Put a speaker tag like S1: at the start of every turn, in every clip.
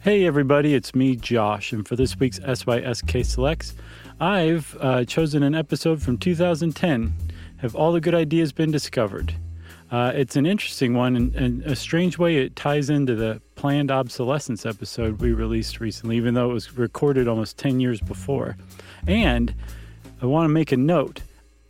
S1: Hey, everybody, it's me, Josh, and for this week's SYSK Selects, I've uh, chosen an episode from 2010 Have All the Good Ideas Been Discovered? Uh, it's an interesting one, and, and a strange way it ties into the planned obsolescence episode we released recently, even though it was recorded almost 10 years before. And I want to make a note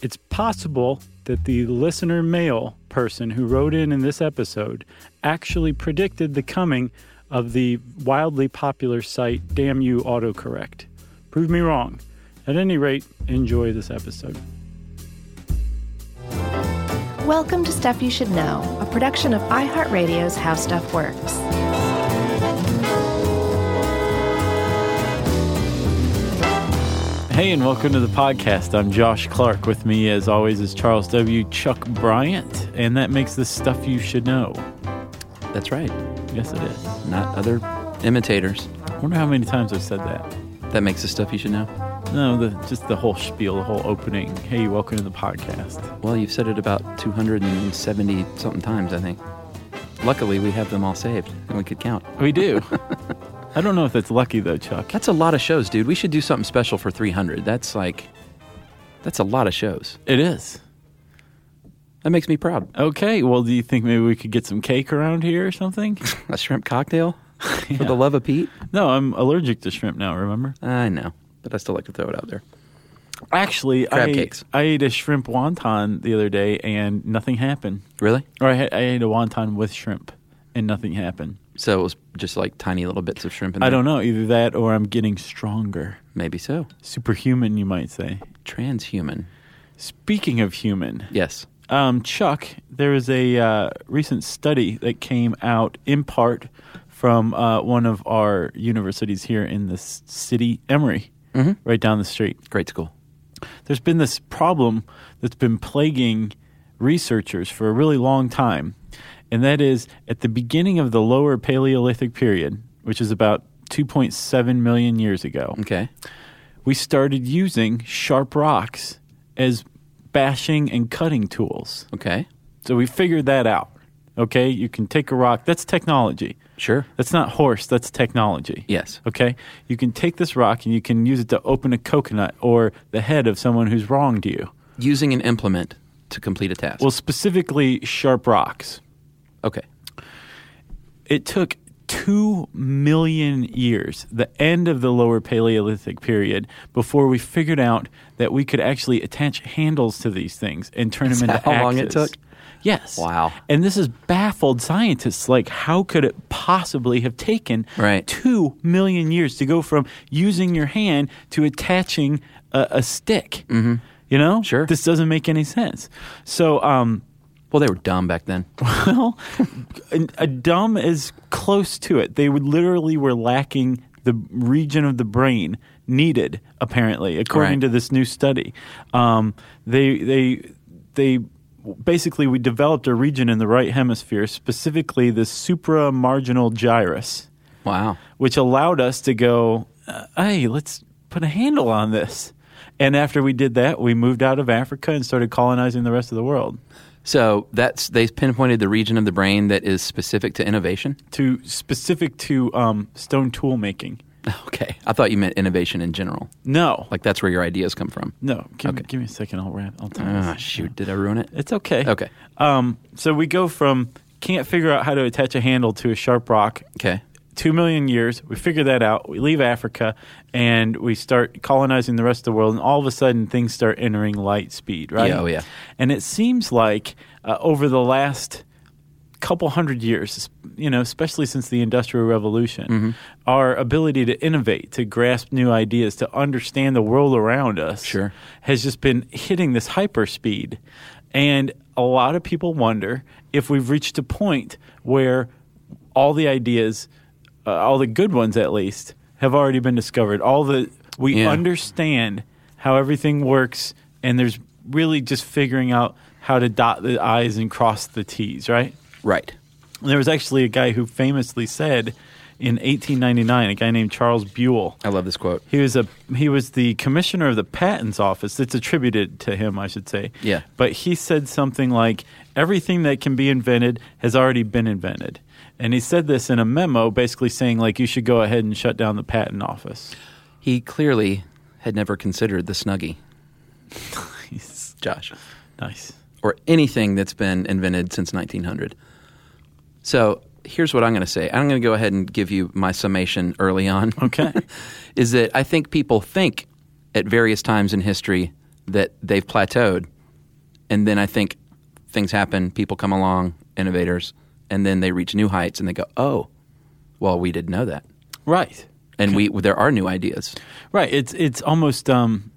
S1: it's possible that the listener mail person who wrote in in this episode actually predicted the coming of the wildly popular site Damn You Autocorrect. Prove me wrong. At any rate, enjoy this episode.
S2: Welcome to Stuff You Should Know, a production of iHeartRadio's How Stuff Works.
S1: Hey, and welcome to the podcast. I'm Josh Clark. With me, as always, is Charles W. Chuck Bryant, and that makes the stuff you should know.
S3: That's right.
S1: Yes, it is. I
S3: Not other imitators.
S1: wonder how many times I've said that.
S3: That makes the stuff you should know.
S1: No, the, just the whole spiel, the whole opening. Hey, welcome to the podcast.
S3: Well, you've said it about 270 something times, I think. Luckily, we have them all saved and we could count.
S1: We do. I don't know if that's lucky though, Chuck.
S3: That's a lot of shows, dude. We should do something special for 300. That's like, that's a lot of shows.
S1: It is.
S3: That makes me proud.
S1: Okay, well, do you think maybe we could get some cake around here or something?
S3: A shrimp cocktail? For
S1: Yeah.
S3: the love of Pete?
S1: No, I'm allergic to shrimp now, remember?
S3: I know, but I still like to throw it out there.
S1: Actually,
S3: Crab
S1: I,
S3: cakes.
S1: I ate a shrimp wonton the other day and nothing happened.
S3: Really?
S1: Or I, had, I ate a wonton with shrimp and nothing happened.
S3: So it was just like tiny little bits of shrimp in there?
S1: I don't know, either that or I'm getting stronger.
S3: Maybe so.
S1: Superhuman, you might say.
S3: Transhuman.
S1: Speaking of human,
S3: Yes.
S1: Um, Chuck, there is a uh, recent study that came out in part from uh, one of our universities here in this city, Emory, right down the street.
S3: Great school.
S1: There's been this problem that's been plaguing researchers for a really long time, and that is at the beginning of the lower Paleolithic period, which is about 2.7 million years ago
S3: Okay.
S1: we started using sharp rocks as bashing and cutting tools.
S3: Okay.
S1: So we figured that out. Okay, you can take a rock. That's technology.
S3: Sure.
S1: That's not horse, that's technology.
S3: Yes.
S1: Okay? You can take this rock and you can use it to open a coconut or the head of someone who's wronged you.
S3: Using an implement to complete a task.
S1: Well, specifically sharp rocks.
S3: okay.
S1: It took 2 million years, the end of the lower Paleolithic period, before we figured out that we could actually attach handles to these things and turn them
S3: That's
S1: into
S3: how long it
S1: axes.
S3: took?
S1: Yes.
S3: Wow.
S1: And this has baffled scientists. Like, how could it possibly have taken
S3: Right.
S1: 2 million years to go from using your hand to attaching a, a stick? Mm-hmm. You know?
S3: Sure.
S1: This doesn't make any sense. So, um,
S3: Well, they were dumb back then.
S1: well, a- a dumb is close to it. They would literally were lacking the region of the brain needed, apparently, according
S3: Right.
S1: to this new study. Um, they they they basically we developed a region in the right hemisphere, specifically the supramarginal gyrus,
S3: Wow.
S1: which allowed us to go, uh, hey, let's put a handle on this. And after we did that, we moved out of Africa and started colonizing the rest of the world.
S3: So that's they pinpointed the region of the brain that is specific to innovation.
S1: to specific to um, stone tool making.
S3: Okay, I thought you meant innovation in general.
S1: No,
S3: Like that's where your ideas come from.
S1: no. Give, me,
S3: Okay.
S1: give me a second. I'll wrap. I'll time.
S3: Ah,
S1: this.
S3: shoot, did I ruin it?
S1: It's okay.
S3: Okay.
S1: Um, so we go from can't figure out how to attach a handle to a sharp rock.
S3: Okay,
S1: Two million years. We figure that out. We leave Africa and we start colonizing the rest of the world. And all of a sudden, things start entering light speed. Right.
S3: Yeah, oh, yeah.
S1: And it seems like uh, over the last couple hundred years, you know, especially since the Industrial Revolution,
S3: Mm-hmm.
S1: our ability to innovate, to grasp new ideas, to understand the world around us
S3: Sure.
S1: has just been hitting this hyper speed. And a lot of people wonder if we've reached a point where all the ideas, uh, all the good ones at least, have already been discovered. All the we
S3: Yeah.
S1: understand how everything works, and there's really just figuring out how to dot the i's and cross the t's, right?
S3: right.
S1: And there was actually a guy who famously said in 1899, a guy named Charles Buell.
S3: I love this quote.
S1: He was a he was the commissioner of the patents office. It's attributed to him, I should say.
S3: Yeah.
S1: But he said something like, "Everything that can be invented has already been invented," and he said this in a memo, basically saying like, "You should go ahead and shut down the patent office."
S3: He clearly had never considered the Snuggie,
S1: Nice.
S3: Josh,
S1: nice.
S3: or anything that's been invented since 1900. So here's what I'm going to say. I'm going to go ahead and give you my summation early on.
S1: Okay.
S3: is that I think people think at various times in history that they've plateaued, and then I think things happen, people come along, innovators, and then they reach new heights, and they go, "Oh, well, we didn't know that,
S1: right.
S3: and we there are new ideas."
S1: Right. It's it's almost um,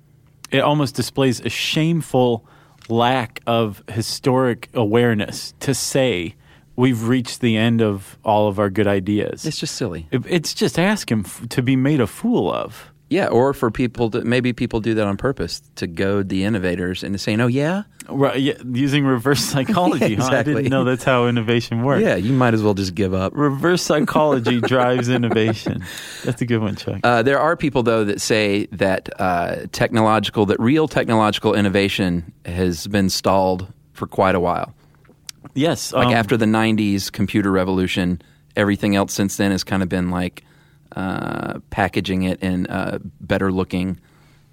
S1: it almost displays a shameful lack of historic awareness to say we've reached the end of all of our good ideas.
S3: It's just silly.
S1: It- it's just asking f- to be made a fool of.
S3: Yeah, or for people to maybe people do that on purpose to goad the innovators into saying, "Oh yeah,
S1: Right. Yeah, using reverse psychology. huh? I
S3: Exactly.
S1: didn't know that's how innovation works.
S3: yeah, you might as well just give up."
S1: Reverse psychology drives innovation. That's a good one, Chuck.
S3: Uh, there are people though that say that uh, technological, that real technological innovation has been stalled for quite a while.
S1: yes.
S3: Like
S1: um,
S3: after the '90s computer revolution, everything else since then has kind of been like uh, packaging it in uh, better looking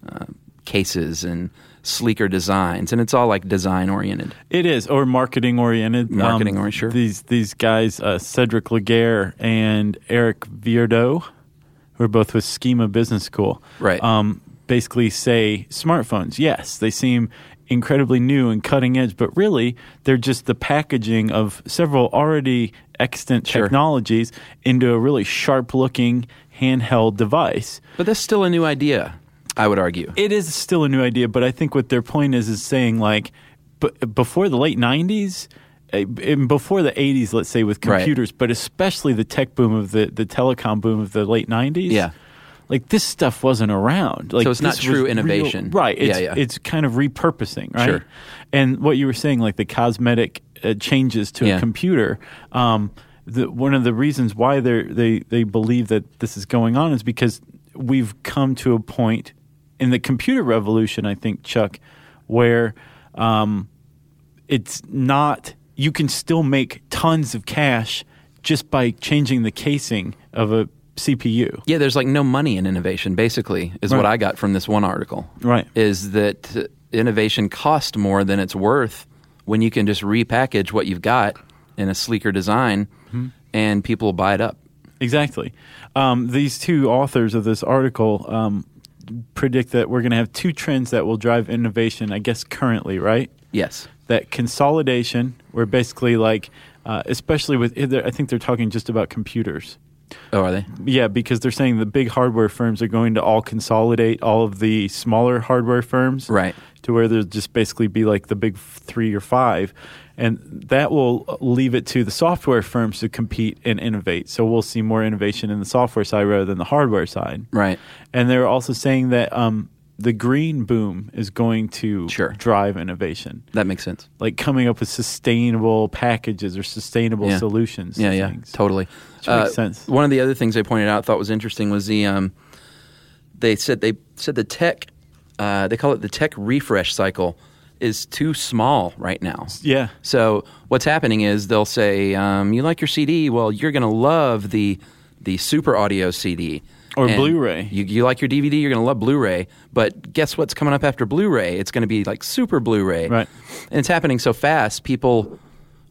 S3: uh, cases and sleeker designs, and it's all like design oriented.
S1: It is, or marketing oriented. Um,
S3: Marketing oriented, sure.
S1: These these guys, uh, Cedric Laguerre and Eric Vierdo, who are both with Schema Business School,
S3: Right.
S1: Um, basically say smartphones. Yes, they seem incredibly new and cutting edge, but really they're just the packaging of several already extant
S3: Sure.
S1: technologies into a really sharp looking handheld device.
S3: But that's still a new idea, I would argue.
S1: it is still a new idea, but I think what their point is is saying like, b- before the late '90s, eh, and before the '80s, let's say with
S3: Right.
S1: computers, but especially the tech boom of the the telecom boom of the late '90s.
S3: Yeah.
S1: like this stuff wasn't around. Like
S3: So it's not
S1: this
S3: true
S1: was real-
S3: innovation.
S1: right? It's,
S3: Yeah, yeah.
S1: it's kind of repurposing, right?
S3: Sure.
S1: And what you were saying, like the cosmetic uh, changes to
S3: Yeah.
S1: a computer. Um, the, one of the reasons why they they they believe that this is going on is because we've come to a point in the computer revolution. I think Chuck, where um, it's not you can still make tons of cash just by changing the casing of a CPU.
S3: Yeah, there's like no money in innovation, basically, is what
S1: Right.
S3: I got from this one article.
S1: Right.
S3: Is that uh, innovation costs more than it's worth when you can just repackage what you've got in a sleeker design
S1: Hmm.
S3: and people buy it up.
S1: Exactly. Um, these two authors of this article um, predict that we're going to have two trends that will drive innovation, I guess, currently, right?
S3: Yes.
S1: That consolidation, where basically, like, uh, especially with, I think they're talking just about computers.
S3: Oh, are they?
S1: Yeah, because they're saying the big hardware firms are going to all consolidate all of the smaller hardware firms.
S3: Right.
S1: To where there'll just basically be like the big three or five. And that will leave it to the software firms to compete and innovate. So we'll see more innovation in the software side rather than the hardware side.
S3: Right.
S1: And they're also saying that um, the green boom is going to
S3: Sure.
S1: drive innovation
S3: That makes sense.
S1: like coming up with sustainable packages or sustainable
S3: Yeah.
S1: solutions. to
S3: Yeah, yeah,
S1: things.
S3: totally. Uh,
S1: Which makes sense.
S3: One of the other things they pointed out, I thought was interesting, was the um, they said they said the tech, uh, they call it the tech refresh cycle, is too small right now.
S1: Yeah.
S3: So what's happening is they'll say, um, "You like your CD? Well, you're going to love the the Super Audio CD
S1: Or
S3: And
S1: Blu-ray.
S3: You, you like your DVD? You're going to love Blu-ray. But guess what's coming up after Blu-ray? It's going to be like Super Blu-ray.
S1: Right.
S3: And it's happening so fast, people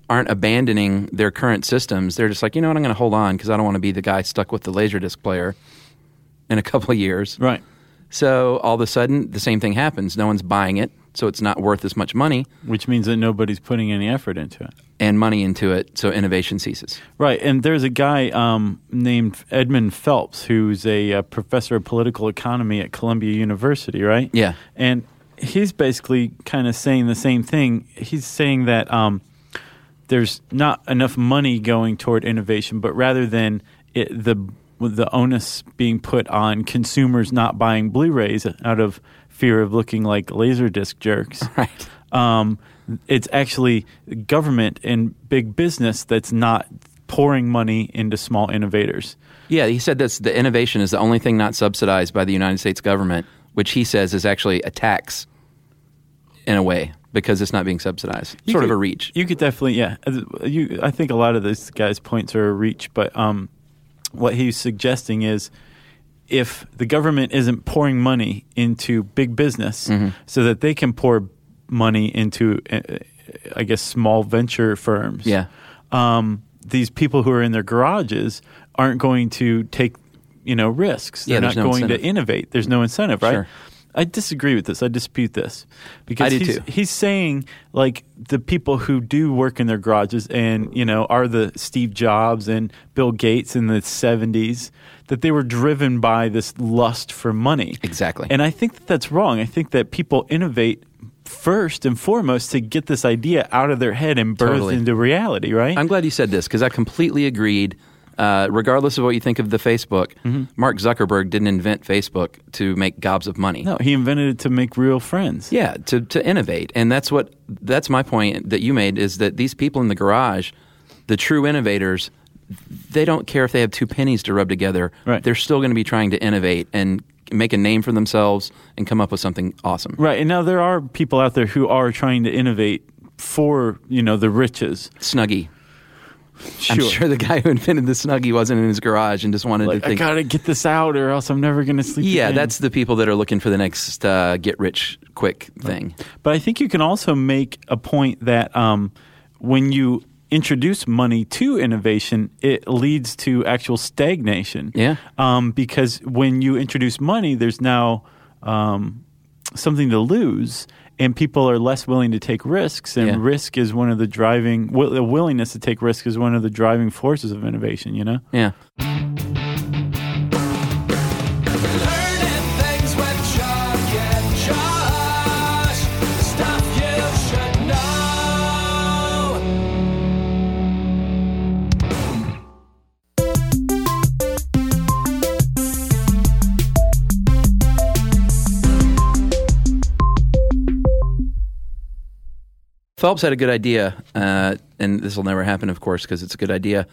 S3: aren't abandoning their current systems. They're just like, you know what? I'm going to hold on because I don't want to be the guy stuck with the laserdisc player in a couple of years.
S1: Right.
S3: So all of a sudden, the same thing happens. No one's buying it, so it's not worth as much money
S1: Which means that nobody's putting any effort into it.
S3: and money into it, so innovation ceases.
S1: Right, and there's a guy um, named Edmund Phelps who's a, uh professor of political economy at Columbia University, right?
S3: Yeah.
S1: and he's basically kind of saying the same thing. He's saying that um, there's not enough money going toward innovation, but rather than it, the the onus being put on consumers not buying Blu-rays out of fear of looking like laserdisc jerks,
S3: Right.
S1: um, it's actually government and big business that's not pouring money into small innovators.
S3: Yeah, he said this the innovation is the only thing not subsidized by the United States government, which he says is actually a tax in a way because it's not being subsidized.
S1: You
S3: sort
S1: could-
S3: of a reach.
S1: You could definitely, yeah. You, I think a lot of this guy's points are a reach, but um, what he's suggesting is if the government isn't pouring money into big business so that they can pour money into, uh, I guess, small venture firms,
S3: Yeah.
S1: um, these people who are in their garages aren't going to take you know risks. They're
S3: Yeah,
S1: not
S3: there's no
S1: going to
S3: incentive.
S1: innovate. There's no incentive, right?
S3: Sure.
S1: I disagree with this. I dispute this because
S3: I do
S1: he's,
S3: too.
S1: he's saying like the people who do work in their garages and you know are the Steve Jobs and Bill Gates in the 70s that they were driven by this lust for money.
S3: Exactly.
S1: And I think that that's wrong. I think that people innovate first and foremost to get this idea out of their head and birthed
S3: Totally.
S1: into reality, right?
S3: I'm glad you said this because I completely agreed. Uh, regardless of what you think of the Facebook,
S1: Mm-hmm.
S3: Mark Zuckerberg didn't invent Facebook to make gobs of money.
S1: No, he invented it to make real friends.
S3: Yeah, to, to innovate. And that's what that's my point that you made is that these people in the garage, the true innovators, they don't care if they have two pennies to rub together.
S1: Right.
S3: They're still going to be trying to innovate and make a name for themselves and come up with something awesome.
S1: Right. And now there are people out there who are trying to innovate for, you know, the riches.
S3: Snuggie.
S1: Sure.
S3: I'm sure the guy who invented the Snuggie wasn't in his garage and just wanted
S1: Like,
S3: to
S1: I
S3: think.
S1: got to get this out or else I'm never going to sleep.
S3: yeah,
S1: again.
S3: that's the people that are looking for the next uh, get rich quick thing.
S1: But I think you can also make a point that um, when you introduce money to innovation, it leads to actual stagnation.
S3: Yeah.
S1: Um, because when you introduce money, there's now um, something to lose, and people are less willing to take risks. And
S3: Yeah.
S1: risk is one of the driving, wi- the willingness to take risk is one of the driving forces of innovation, you know?
S3: Yeah.
S4: Learning things with Chuck and Josh. Stuff you should know.
S3: Phelps had a good idea, uh, and this will never happen, of course, because it's a good idea,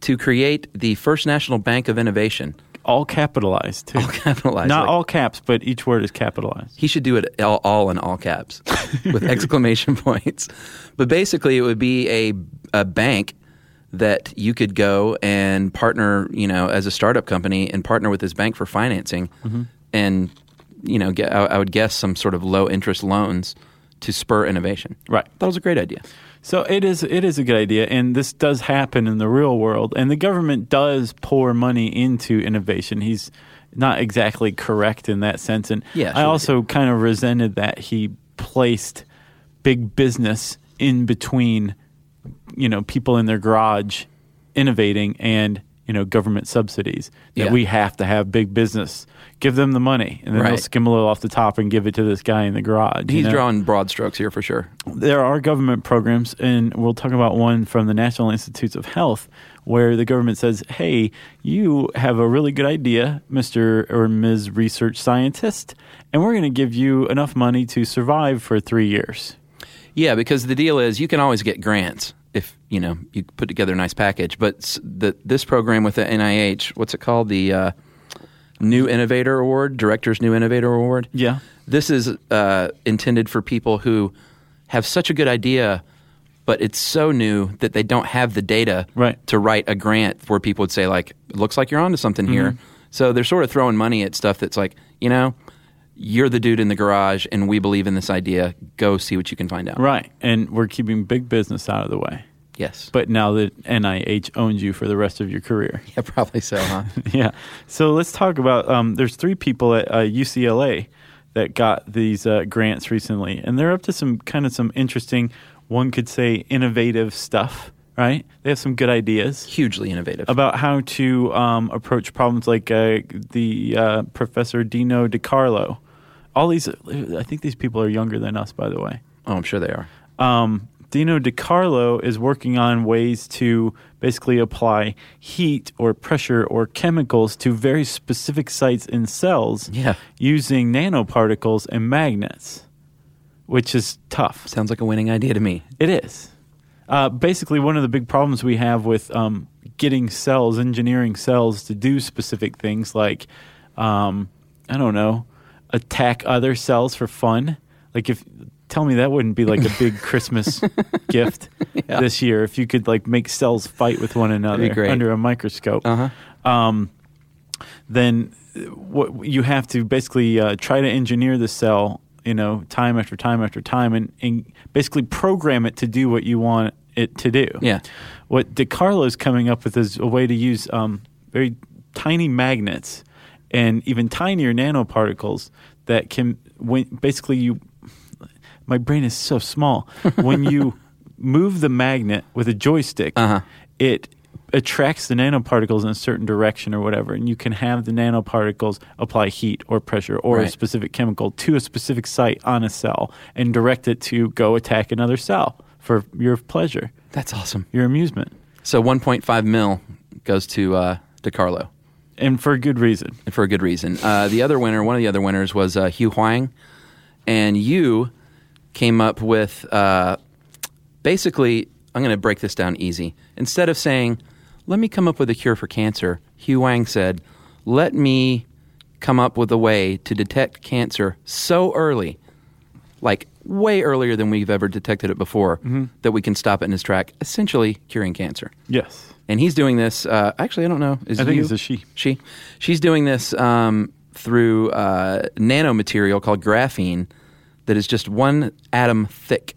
S3: to create the first national bank of innovation.
S1: All capitalized, too.
S3: Capitalized.
S1: Not
S3: like-
S1: all caps, but each word is capitalized.
S3: He should do it all, all in all caps with exclamation points. But basically, it would be a, a bank that you could go and partner, you know, as a startup company and partner with this bank for financing.
S1: Mm-hmm.
S3: And, you know, get, I, I would guess some sort of low interest loans to spur innovation.
S1: Right.
S3: That was a great idea.
S1: So it is it is a good idea, and this does happen in the real world, and the government does pour money into innovation. He's not exactly correct in that sense, and
S3: Yeah,
S1: I
S3: sure.
S1: also kind of resented that he placed big business in between, you know, people in their garage innovating and you know government subsidies that
S3: Yeah.
S1: we have to have big business give them the money and then they'll
S3: Right.
S1: skim a little off the top and give it to this guy in the garage. you
S3: He's
S1: know?
S3: drawing broad strokes here for sure.
S1: there are government programs, and we'll talk about one from the National Institutes of Health, where the government says, "Hey, you have a really good idea, Mister or Ms. Research Scientist, and we're going to give you enough money to survive for three years."
S3: Yeah, because the deal is you can always get grants if you know you put together a nice package. But s- the, this program with the NIH, what's it called? The uh, New Innovator Award, Directors New Innovator Award.
S1: Yeah.
S3: this is uh, intended for people who have such a good idea, but it's so new that they don't have the data
S1: Right.
S3: to write a grant where people would say like, "It "Looks like you're onto something here."
S1: Mm-hmm.
S3: So they're sort of throwing money at stuff that's like, you know. You're the dude in the garage, and we believe in this idea. Go see what you can find out.
S1: Right, and we're keeping big business out of the way.
S3: Yes.
S1: But now that NIH owns you for the rest of your career.
S3: yeah, probably so, huh?
S1: yeah. So let's talk about. Um, there's three people at uh, UCLA that got these uh, grants recently, and they're up to some kind of some interesting, one could say, innovative stuff. Right? They have some good ideas
S3: Hugely innovative.
S1: about how to um, approach problems like uh, the uh, professor Dino DiCarlo. All these, I think these people are younger than us, by the way.
S3: oh, I'm sure they are.
S1: Um, Dino DiCarlo is working on ways to basically apply heat or pressure or chemicals to very specific sites in cells
S3: Yeah.
S1: using nanoparticles and magnets, which is tough.
S3: Sounds like a winning idea to me.
S1: It is. Uh, basically, one of the big problems we have with um, getting cells, engineering cells to do specific things like, um, I don't know, attack other cells for fun. Like if tell me that wouldn't be like a big Christmas gift this year if you could like make cells fight with one another
S3: great.
S1: under a microscope. Uh-huh. Um, then uh, what you have to basically uh, try to engineer the cell, you know, time after time after time, and, and basically program it to do what you want it to do.
S3: Yeah.
S1: What DeCarlo's coming up with is a way to use um, very tiny magnets and even tinier nanoparticles that can, when basically you, my brain is so small. when you move the magnet with a joystick,
S3: Uh-huh.
S1: it attracts the nanoparticles in a certain direction or whatever, and you can have the nanoparticles apply heat or pressure or a
S3: Right.
S1: specific chemical to a specific site on a cell and direct it to go attack another cell for your pleasure,
S3: That's awesome.
S1: your amusement,
S3: So 1.5 mil goes to uh, DeCarlo.
S1: and for good reason.
S3: and for a good reason. Uh, the other winner, one of the other winners, was uh, Hugh Huang, and you came up with uh, basically. I'm going to break this down easy. Instead of saying, "Let me come up with a cure for cancer," Hugh Huang said, "Let me come up with a way to detect cancer so early, like way earlier than we've ever detected it before, that we can stop it in its track, essentially curing cancer."
S1: Yes.
S3: and he's doing this. Uh, actually, I don't know. Is
S1: I think
S3: you?
S1: it's a she.
S3: She. She's doing this um, through uh, nanomaterial called graphene that is just one atom thick.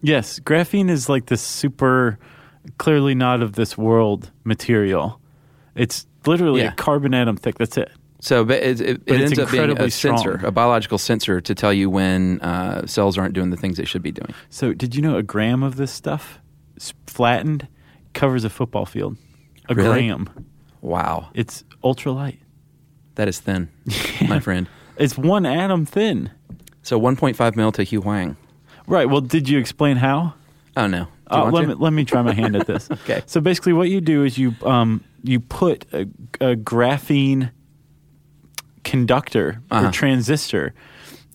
S1: Yes, graphene is like this super clearly not of this world material. It's literally
S3: Yeah.
S1: a carbon atom thick. That's it.
S3: So ba- it, it,
S1: But
S3: it
S1: it's
S3: ends up being a
S1: incredibly
S3: sensor,
S1: strong.
S3: a biological sensor, to tell you when uh, cells aren't doing the things they should be doing.
S1: So, did you know a gram of this stuff, s- flattened, covers a football field? A
S3: Really?
S1: gram.
S3: Wow,
S1: It's ultralight.
S3: that is thin, my friend.
S1: It's one atom thin.
S3: So 1.5 mil to Hugh Huang.
S1: Right. Well, did you explain how?
S3: Oh no. Do you
S1: Uh,
S3: want
S1: let
S3: to?
S1: me let me try my hand at this.
S3: Okay.
S1: So basically, what you do is you um you put a, a graphene conductor
S3: Uh-huh.
S1: or transistor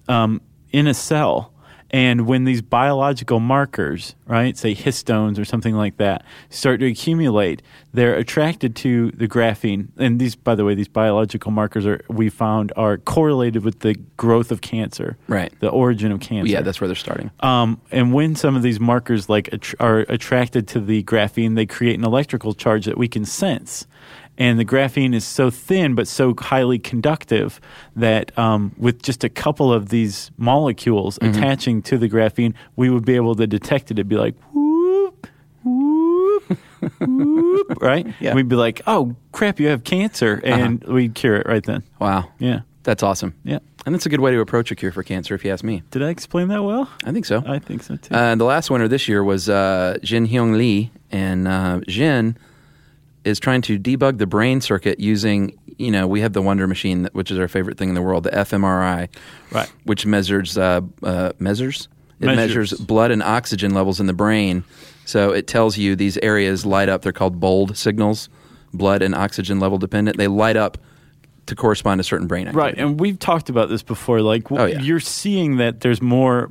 S1: um, in a cell, and when these biological markers, right, say histones or something like that, start to accumulate, they're attracted to the graphene. And these, by the way, these biological markers are we found are correlated with the growth of cancer,
S3: Right.
S1: The origin of cancer.
S3: Yeah, that's where they're starting.
S1: Um, and when some of these markers like attr are attracted to the graphene, they create an electrical charge that we can sense. And the graphene is so thin but so highly conductive that um, with just a couple of these molecules
S3: Mm-hmm.
S1: attaching to the graphene, we would be able to detect it. It'd be like whoop, whoop, whoop, right?
S3: Yeah. Uh-huh.
S1: We'd be like, "Oh crap, you have cancer," and we'd cure it right then.
S3: Wow.
S1: Yeah,
S3: That's awesome.
S1: yeah.
S3: And that's a good way to approach a cure for cancer, if you ask me.
S1: Did I explain that well?
S3: I think so.
S1: I think so too.
S3: Uh, the last winner this year was uh, Jin Hyung Lee, and uh, Jin is trying to debug the brain circuit using, you know, we have the Wonder Machine, that- which is our favorite thing in the world, the fMRI,
S1: right.
S3: which measures uh, uh, measures it
S1: Measures.
S3: measures blood and oxygen levels in the brain. So it tells you these areas light up. They're called bold signals, blood and oxygen level dependent. They light up to correspond to certain brain
S1: Right,
S3: activity.
S1: and we've talked about this before. Like, w-
S3: Oh, yeah.
S1: you're seeing that there's more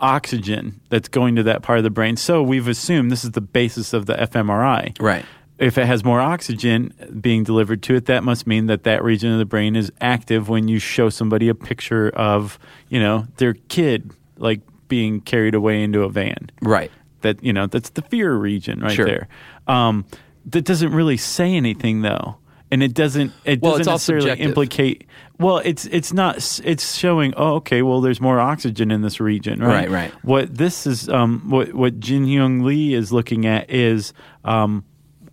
S1: oxygen that's going to that part of the brain. So we've assumed this is the basis of the fMRI.
S3: Right.
S1: If it has more oxygen being delivered to it, that must mean that that region of the brain is active when you show somebody a picture of, you know, their kid like being carried away into a van
S3: Right.
S1: that you know that's the fear region right
S3: Sure.
S1: there. Um, that doesn't really say anything though, and it doesn't. It
S3: Well,
S1: doesn't
S3: it's all
S1: necessarily
S3: subjective.
S1: implicate. Well, it's it's not. s- It's showing. Oh, okay. Well, there's more oxygen in this region, right?
S3: Right, right.
S1: What this is. Um, what what Jin Hyung Lee is looking at is um,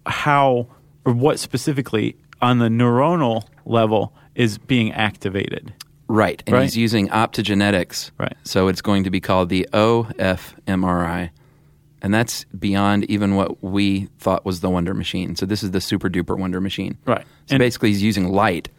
S1: how or what specifically on the neuronal level is being activated.
S3: Right. And
S1: Right.
S3: he's using optogenetics.
S1: Right.
S3: So it's going to be called the OFMRI. And that's beyond even what we thought was the Wonder Machine. So this is the super duper Wonder Machine.
S1: Right.
S3: So
S1: And-
S3: basically, he's using light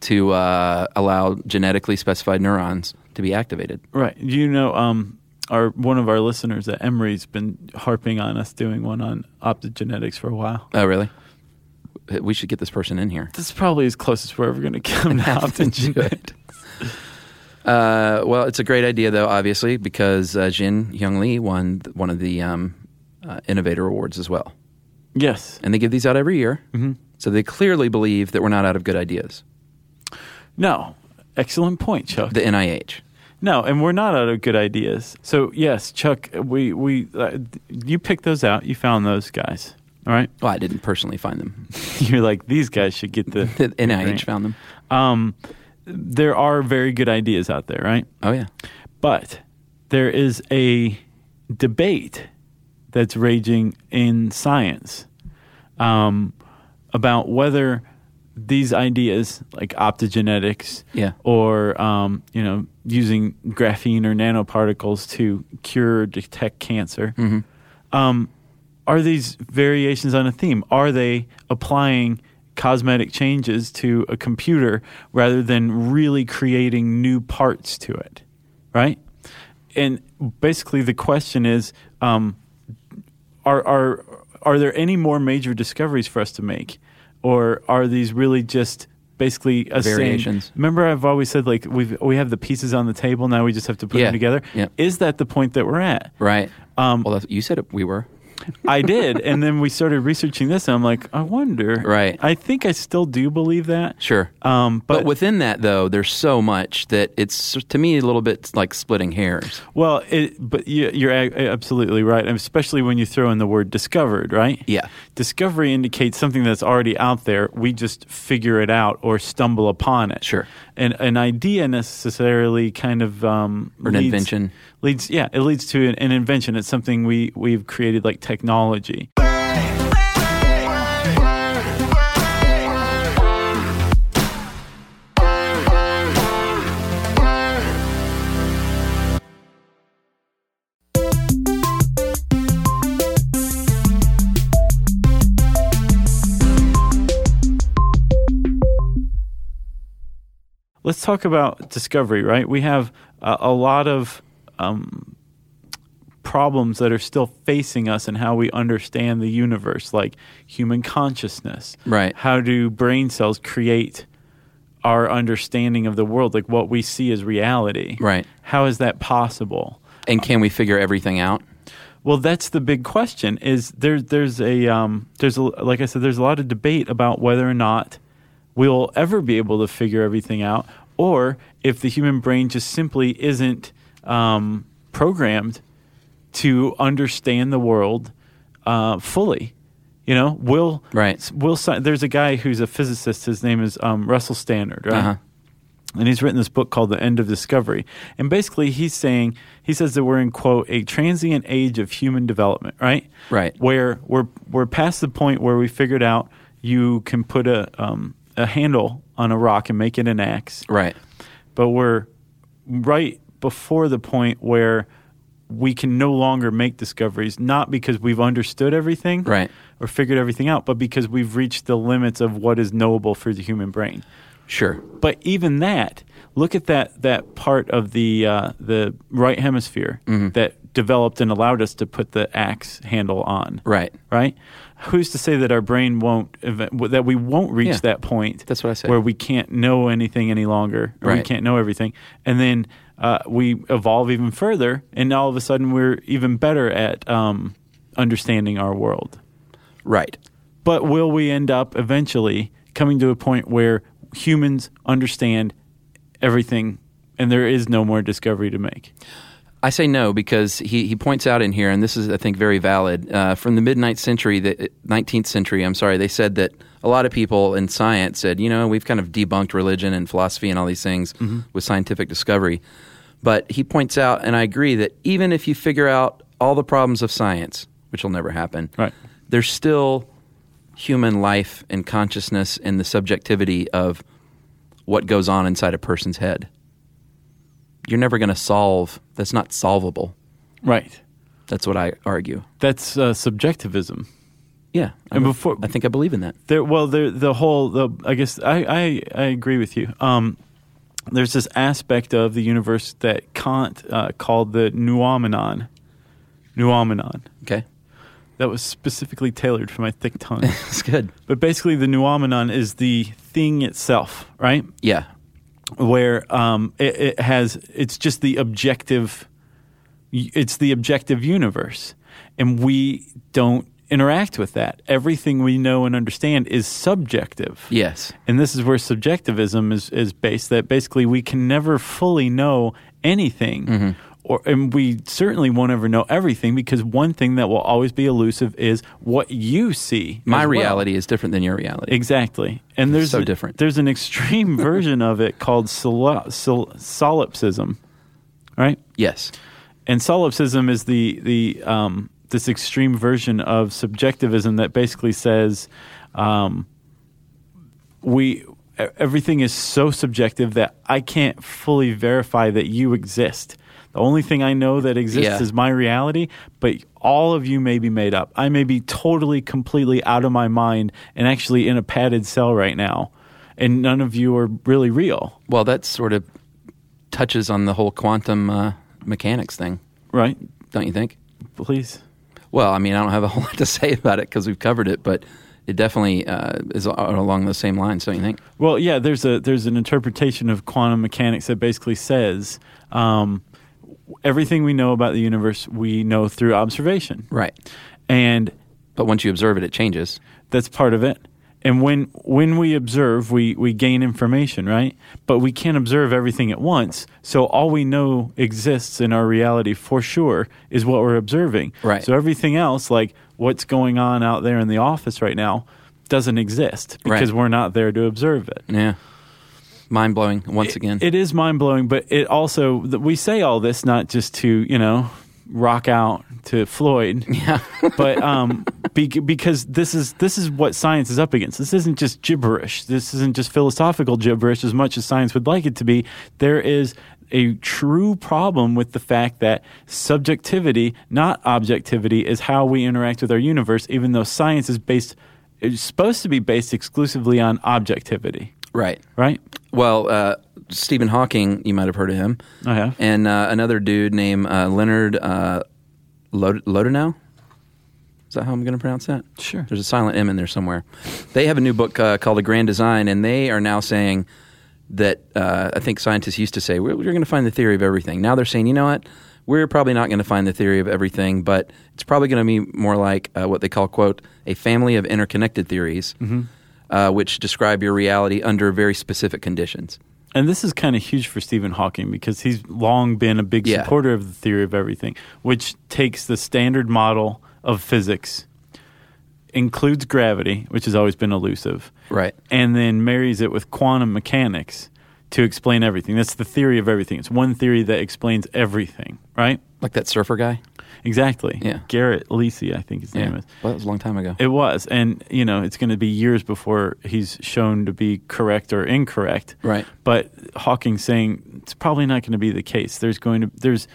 S3: to uh, allow genetically specified neurons to be activated.
S1: Right. You know, um, our one of our listeners at Emory's been harping on us doing one on optogenetics for a while.
S3: Oh, really? We should get this person in here.
S1: This is probably as close as we're ever going to come to optogenetics.
S3: it. Uh, well, it's a great idea, though, obviously, because uh, Jin Hyung Lee won th- one of the um, uh, Innovator Awards as well.
S1: Yes.
S3: and they give these out every year. Mm-hmm. So they clearly believe that we're not out of good ideas.
S1: No. Excellent point, Chuck.
S3: The NIH.
S1: No, and we're not out of good ideas. So yes, Chuck, we we uh, you picked those out. You found those guys. All right.
S3: Well, I didn't personally find them.
S1: You're like these guys should get the,
S3: The NIH
S1: grant.
S3: found them.
S1: Um, there are very good ideas out there, right?
S3: Oh yeah.
S1: But there is a debate that's raging in science um, about whether these ideas, like optogenetics,
S3: Yeah.
S1: or um, you know, using graphene or nanoparticles to cure or detect cancer, um, are these variations on a theme? Are they applying cosmetic changes to a computer rather than really creating new parts to it? Right? And basically, the question is um, are, are, are there any more major discoveries for us to make? Or are these really just basically a saying-
S3: Variations.
S1: Remember, I've always said like we've, we have the pieces on the table. Now we just have to put
S3: Yeah.
S1: them together.
S3: Yeah.
S1: Is that the point that we're at?
S3: Right.
S1: Um,
S3: well, that's, you said it, we were.
S1: I did, and then we started researching this, and I'm like, I wonder.
S3: Right.
S1: I think I still do believe that.
S3: Sure.
S1: Um, but,
S3: but within that, though, there's so much that it's to me a little bit like splitting hairs.
S1: well, it, but you, you're a- absolutely right, and especially when you throw in the word discovered, right?
S3: Yeah.
S1: Discovery indicates something that's already out there. We just figure it out or stumble upon it.
S3: Sure.
S1: And an idea necessarily kind of um,
S3: Or an invention.
S1: leads. Yeah, it leads to an, an invention. It's something we we've created like technology. Let's talk about discovery, right? We have uh, a lot of um, problems that are still facing us and how we understand the universe, like human consciousness.
S3: Right.
S1: How do brain cells create our understanding of the world, like what we see as reality?
S3: Right.
S1: How is that possible?
S3: And can we figure everything out?
S1: Well, that's the big question. Is there's there's a um, there's a, like I said, there's a lot of debate about whether or not we'll ever be able to figure everything out, or if the human brain just simply isn't um, programmed to understand the world uh, fully. You know, will
S3: Right.
S1: Will Sci- there's a guy who's a physicist. His name is um, Russell Standard, right?
S3: Uh-huh.
S1: and he's written this book called The End of Discovery. And basically, he's saying he says that we're in quote a transient age of human development, right?
S3: Right.
S1: Where we're we're past the point where we figured out you can put a um, a handle on a rock and make it an axe,
S3: Right.
S1: but we're right before the point where we can no longer make discoveries, not because we've understood everything,
S3: Right.
S1: or figured everything out, but because we've reached the limits of what is knowable for the human brain
S3: Sure.
S1: but even that look at that that part of the uh, the right hemisphere
S3: Mm-hmm.
S1: that developed and allowed us to put the axe handle on
S3: Right.
S1: right who's to say that our brain won't ev- that we won't reach
S3: Yeah.
S1: that point
S3: That's what I said.
S1: where we can't know anything any longer or we
S3: Right.
S1: can't know everything and then uh, we evolve even further and all of a sudden we're even better at um, understanding our world
S3: Right.
S1: but will we end up eventually coming to a point where humans understand everything and there is no more discovery to make?
S3: I say no because he, he points out in here, and this is I think very valid uh, from the midnight century, the nineteenth century. I'm sorry, they said that a lot of people in science said, you know, we've kind of debunked religion and philosophy and all these things with scientific discovery. But he points out, and I agree that even if you figure out all the problems of science, which will never happen,
S1: Right.
S3: there's still human life and consciousness and the subjectivity of what goes on inside a person's head. You're never going to solve. That's not solvable.
S1: Right.
S3: That's what I argue.
S1: That's uh, subjectivism.
S3: Yeah,
S1: And before-
S3: I think I believe in that.
S1: There, well, there, the whole, the, I guess, I, I, I agree with you. Um, there's this aspect of the universe that Kant uh, called the noumenon. Noumenon.
S3: Okay,
S1: That was specifically tailored for my thick tongue.
S3: that's good.
S1: but basically, the noumenon is the thing itself, right?
S3: Yeah,
S1: where um, it, it has it's just the objective it's the objective universe and we don't interact with that. Everything we know and understand is subjective.
S3: Yes.
S1: And this is where subjectivism is, is based that basically we can never fully know anything.
S3: Mm-hmm.
S1: Or, and we certainly won't ever know everything because one thing that will always be elusive is what you see.
S3: My
S1: as well.
S3: reality is different than your reality.
S1: Exactly. And there's
S3: so different.
S1: There's an extreme version of it called solo, sol, solipsism, right?
S3: yes.
S1: And solipsism is the the um, this extreme version of subjectivism that basically says um, we e- everything is so subjective that I can't fully verify that you exist. The only thing I know that exists
S3: Yeah.
S1: is my reality, but all of you may be made up. I may be totally, completely out of my mind and actually in a padded cell right now, and none of you are really real,
S3: Well, that sort of touches on the whole quantum uh, mechanics thing,
S1: right?
S3: don't you think?
S1: Please.
S3: Well, I mean, I don't have a whole lot to say about it because we've covered it, but it definitely uh, is a- along those same lines, don't you think?
S1: Well, yeah, there's a there's an interpretation of quantum mechanics that basically says um, everything we know about the universe we know through observation,
S3: Right.
S1: and
S3: But once you observe it, it changes.
S1: that's part of it. And when when we observe, we we gain information, right? But we can't observe everything at once. So all we know exists in our reality for sure is what we're observing.
S3: Right.
S1: So everything else, like what's going on out there in the office right now, doesn't exist
S3: Right.
S1: because we're not there to observe it.
S3: Yeah. Mind blowing once again.
S1: It is mind blowing, but it also th- we say all this not just to you know rock out to Floyd, yeah, but um, be- because this is this is what science is up against. This isn't just gibberish. This isn't just philosophical gibberish as much as science would like it to be. There is a true problem with the fact that subjectivity, not objectivity, is how we interact with our universe. Even though science is based, is supposed to be based exclusively on objectivity,
S3: right.
S1: right?
S3: Well, uh, Stephen Hawking, you might have heard of him.
S1: I have.
S3: And uh, another dude named uh, Leonard uh, Lod- Lodinow. Is that how I'm going to pronounce that?
S1: Sure.
S3: There's a silent M in there somewhere. They have a new book uh, called A Grand Design, and they are now saying that uh, I think scientists used to say, we're, we're going to find the theory of everything. Now they're saying, you know what? We're probably not going to find the theory of everything, but it's probably going to be more like uh, what they call, quote, a family of interconnected theories, uh, which describe your reality under very specific conditions.
S1: And this is kind of huge for Stephen Hawking because he's long been a big
S3: Yeah.
S1: supporter of the theory of everything, which takes the standard model of physics, includes gravity, which has always been elusive,
S3: Right.
S1: and then marries it with quantum mechanics to explain everything. That's the theory of everything. It's one theory that explains everything, right?
S3: Like that surfer guy?
S1: Exactly.
S3: Yeah.
S1: Garrett Lisi, I think his name
S3: Well,
S1: is.
S3: that was a long time ago.
S1: It was, and you know, it's going to be years before he's shown to be correct or incorrect.
S3: Right.
S1: But Hawking saying it's probably not going to be the case. There's going to there's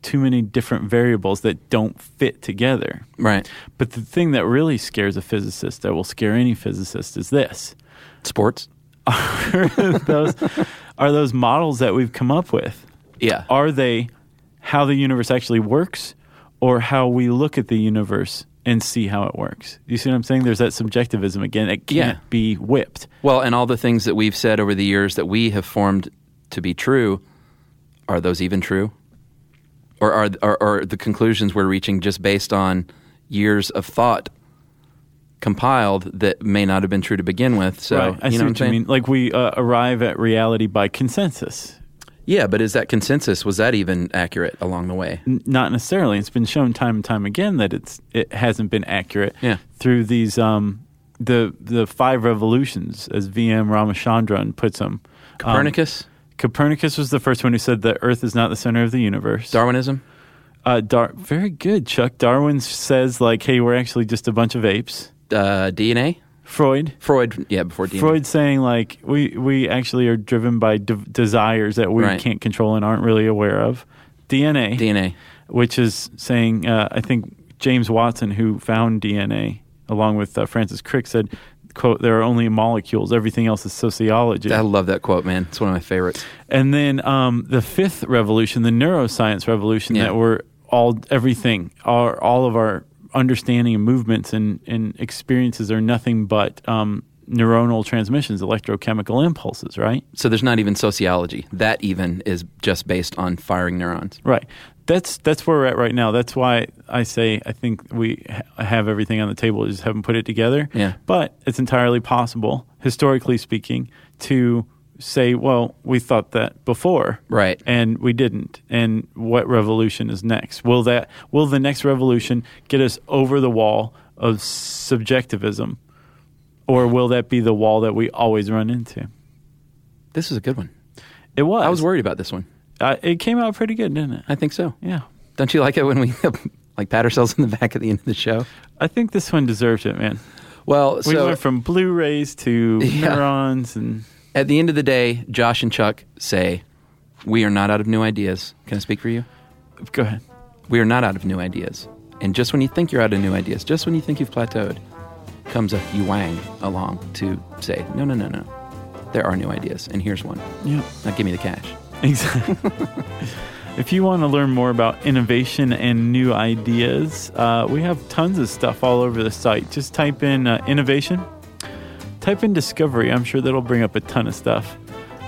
S1: too many different variables that don't fit together.
S3: right.
S1: But the thing that really scares a physicist, that will scare any physicist, is this:
S3: Sports?
S1: those are those models that we've come up with.
S3: Yeah.
S1: Are they how the universe actually works, or how we look at the universe and see how it works? You see what I'm saying? There's that subjectivism again. It can't
S3: Yeah.
S1: be whipped.
S3: well, and all the things that we've said over the years that we have formed to be true, are those even true? Or are, are, are the conclusions we're reaching just based on years of thought compiled that may not have been true to begin with? So,
S1: Right. I
S3: you
S1: see
S3: know
S1: what
S3: I'm
S1: you
S3: saying?
S1: mean. Like we uh, arrive at reality by consensus.
S3: Yeah, but is that consensus? Was that even accurate along the way?
S1: N- Not necessarily. It's been shown time and time again that it's it hasn't been accurate
S3: Yeah.
S1: through these um, the the five revolutions as V.M. Ramachandran puts them.
S3: Copernicus?
S1: Copernicus was the first one who said the Earth is not the center of the universe.
S3: Darwinism?
S1: Uh, Dar- very good, Chuck. Darwin says like, "Hey, we're actually just a bunch of apes."
S3: Uh, DNA?
S1: Freud.
S3: Freud? Yeah, before DNA.
S1: Freud saying like, "We we actually are driven by de- desires that we
S3: Right.
S1: can't control and aren't really aware of." DNA,
S3: DNA.
S1: which is saying, uh, I think James Watson, who found DNA along with uh, Francis Crick, said, "Quote: There are only molecules. Everything else is sociology."
S3: I love that quote, man. It's one of my favorites.
S1: And then um, the fifth revolution, the neuroscience revolution,
S3: Yeah.
S1: that we're all everything, our, all of our understanding and movements and, and experiences are nothing but um, neuronal transmissions, electrochemical impulses, right?
S3: So there's not even sociology. That even is just based on firing neurons.
S1: Right. That's that's where we're at right now. That's why I say I think we ha- have everything on the table. We just haven't put it together.
S3: Yeah.
S1: But it's entirely possible, historically speaking, to say, well, we thought that before,
S3: Right.
S1: And we didn't. And what revolution is next? Will that will the next revolution get us over the wall of subjectivism, or will that be the wall that we always run into?
S3: This is a good one.
S1: It was.
S3: I was worried about this one.
S1: Uh, it came out pretty good, didn't it?
S3: I think so.
S1: Yeah.
S3: Don't you like it when we like pat ourselves in the back at the end of the show?
S1: I think this one deserves it, man.
S3: Well,
S1: We
S3: so
S1: went from Blu-rays to
S3: Yeah.
S1: neurons, and
S3: at the end of the day, Josh and Chuck say, "We are not out of new ideas." Can I speak for you?
S1: go ahead.
S3: We are not out of new ideas. And just when you think you're out of new ideas, just when you think you've plateaued, comes a Yuang along to say, "No, no, no, no. There are new ideas, and here's one.
S1: Yeah,
S3: Now give me the cash."
S1: exactly. if you want to learn more about innovation and new ideas, uh, we have tons of stuff all over the site. Just type in uh, innovation, type in discovery. I'm sure that'll bring up a ton of stuff.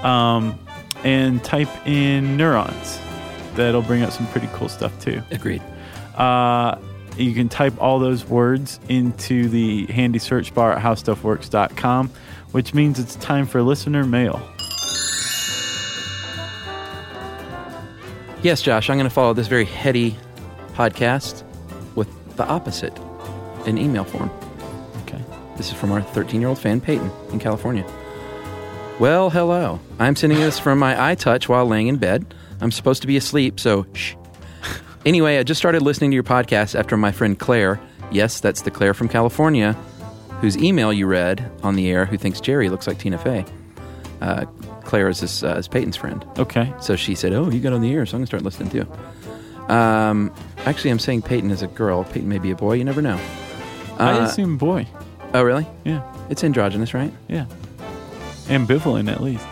S1: Um, and type in neurons. That'll bring up some pretty cool stuff too.
S3: Agreed.
S1: Uh, you can type all those words into the handy search bar at howstuffworks.com, which means it's time for listener mail.
S3: Yes, Josh, I'm going to follow this very heady podcast with the opposite in email form.
S1: Okay.
S3: This is from our 13 year old fan, Peyton, in California. Well, hello. I'm sending this from my iTouch while laying in bed. I'm supposed to be asleep, so shh. Anyway, I just started listening to your podcast after my friend Claire, yes, that's the Claire from California, whose email you read on the air, who thinks Jerry looks like Tina Fey. Uh, Claire is, this, uh, is Peyton's friend.
S1: Okay.
S3: So she said, "Oh, you got on the air, so I'm gonna start listening too." Um, actually, I'm saying Peyton is a girl. Peyton may be a boy. You never know.
S1: I
S3: Uh,
S1: assume boy.
S3: Oh, really?
S1: Yeah.
S3: It's androgynous, right?
S1: Yeah. Ambivalent, at least.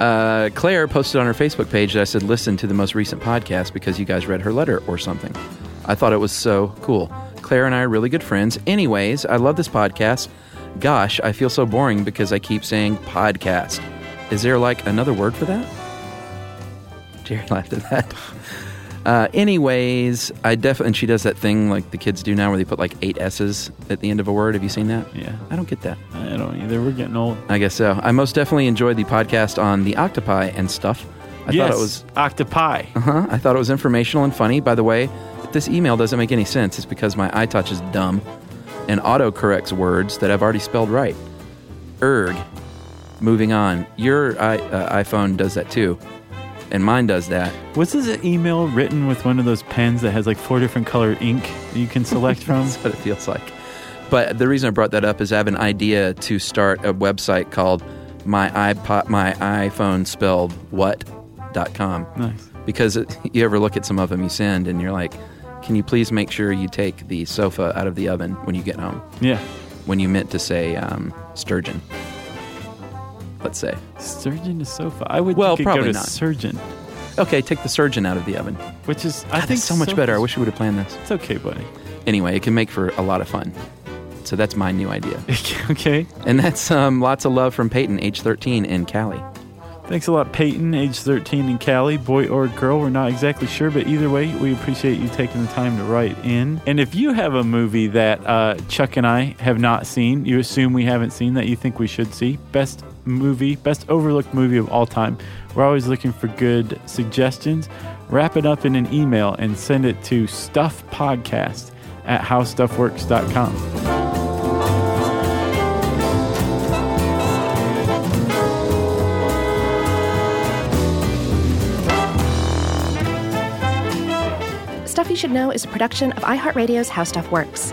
S3: Uh, Claire posted on her Facebook page that I said, "Listen to the most recent podcast because you guys read her letter or something." I thought it was so cool. Claire and I are really good friends. Anyways, I love this podcast. Gosh, I feel so boring because I keep saying podcast. Is there like another word for that? Jerry laughed at that. Uh, anyways, I definitely and she does that thing like the kids do now where they put like eight s's at the end of a word. Have you seen that?
S1: Yeah.
S3: I don't get that.
S1: I don't either. We're getting old.
S3: I guess so. I most definitely enjoyed the podcast on the octopi and stuff. I
S1: yes.
S3: thought it was
S1: octopi.
S3: uh-huh, I thought it was informational and funny. By the way, if this email doesn't make any sense, it's because my iTouch is dumb and autocorrects words that I've already spelled right. Erg. Moving on. Your I, uh, iPhone does that too. And mine does that.
S1: Was this an email written with one of those pens that has like four different colored ink that you can select from?
S3: That's what it feels like. But the reason I brought that up is I have an idea to start a website called my iPod, my iPhone spelled what.com.
S1: nice.
S3: because it, you ever look at some of them you send and you're like can you please make sure you take the sofa out of the oven when you get home
S1: Yeah.
S3: when you meant to say um, sturgeon let's say
S1: Surgeon to sofa. I would
S3: Well,
S1: think it'd
S3: probably
S1: go to
S3: not.
S1: surgeon,
S3: okay take the surgeon out of the oven
S1: which is I
S3: i
S1: think
S3: think so much
S1: sofa's-
S3: better i wish we would have planned this
S1: It's okay, buddy.
S3: anyway it can make for a lot of fun so that's my new idea
S1: okay.
S3: and that's um, lots of love from peyton age 13 in cali
S1: Thanks a lot, Peyton, age 13 in Cali, boy or girl. We're not exactly sure, but either way, we appreciate you taking the time to write in. And if you have a movie that uh, Chuck and I have not seen, you assume we haven't seen that you think we should see, best movie, best overlooked movie of all time. We're always looking for good suggestions. Wrap it up in an email and send it to stuffpodcast at howstuffworks.com.
S2: Stuff You Should Know is a production of iHeartRadio's How Stuff Works.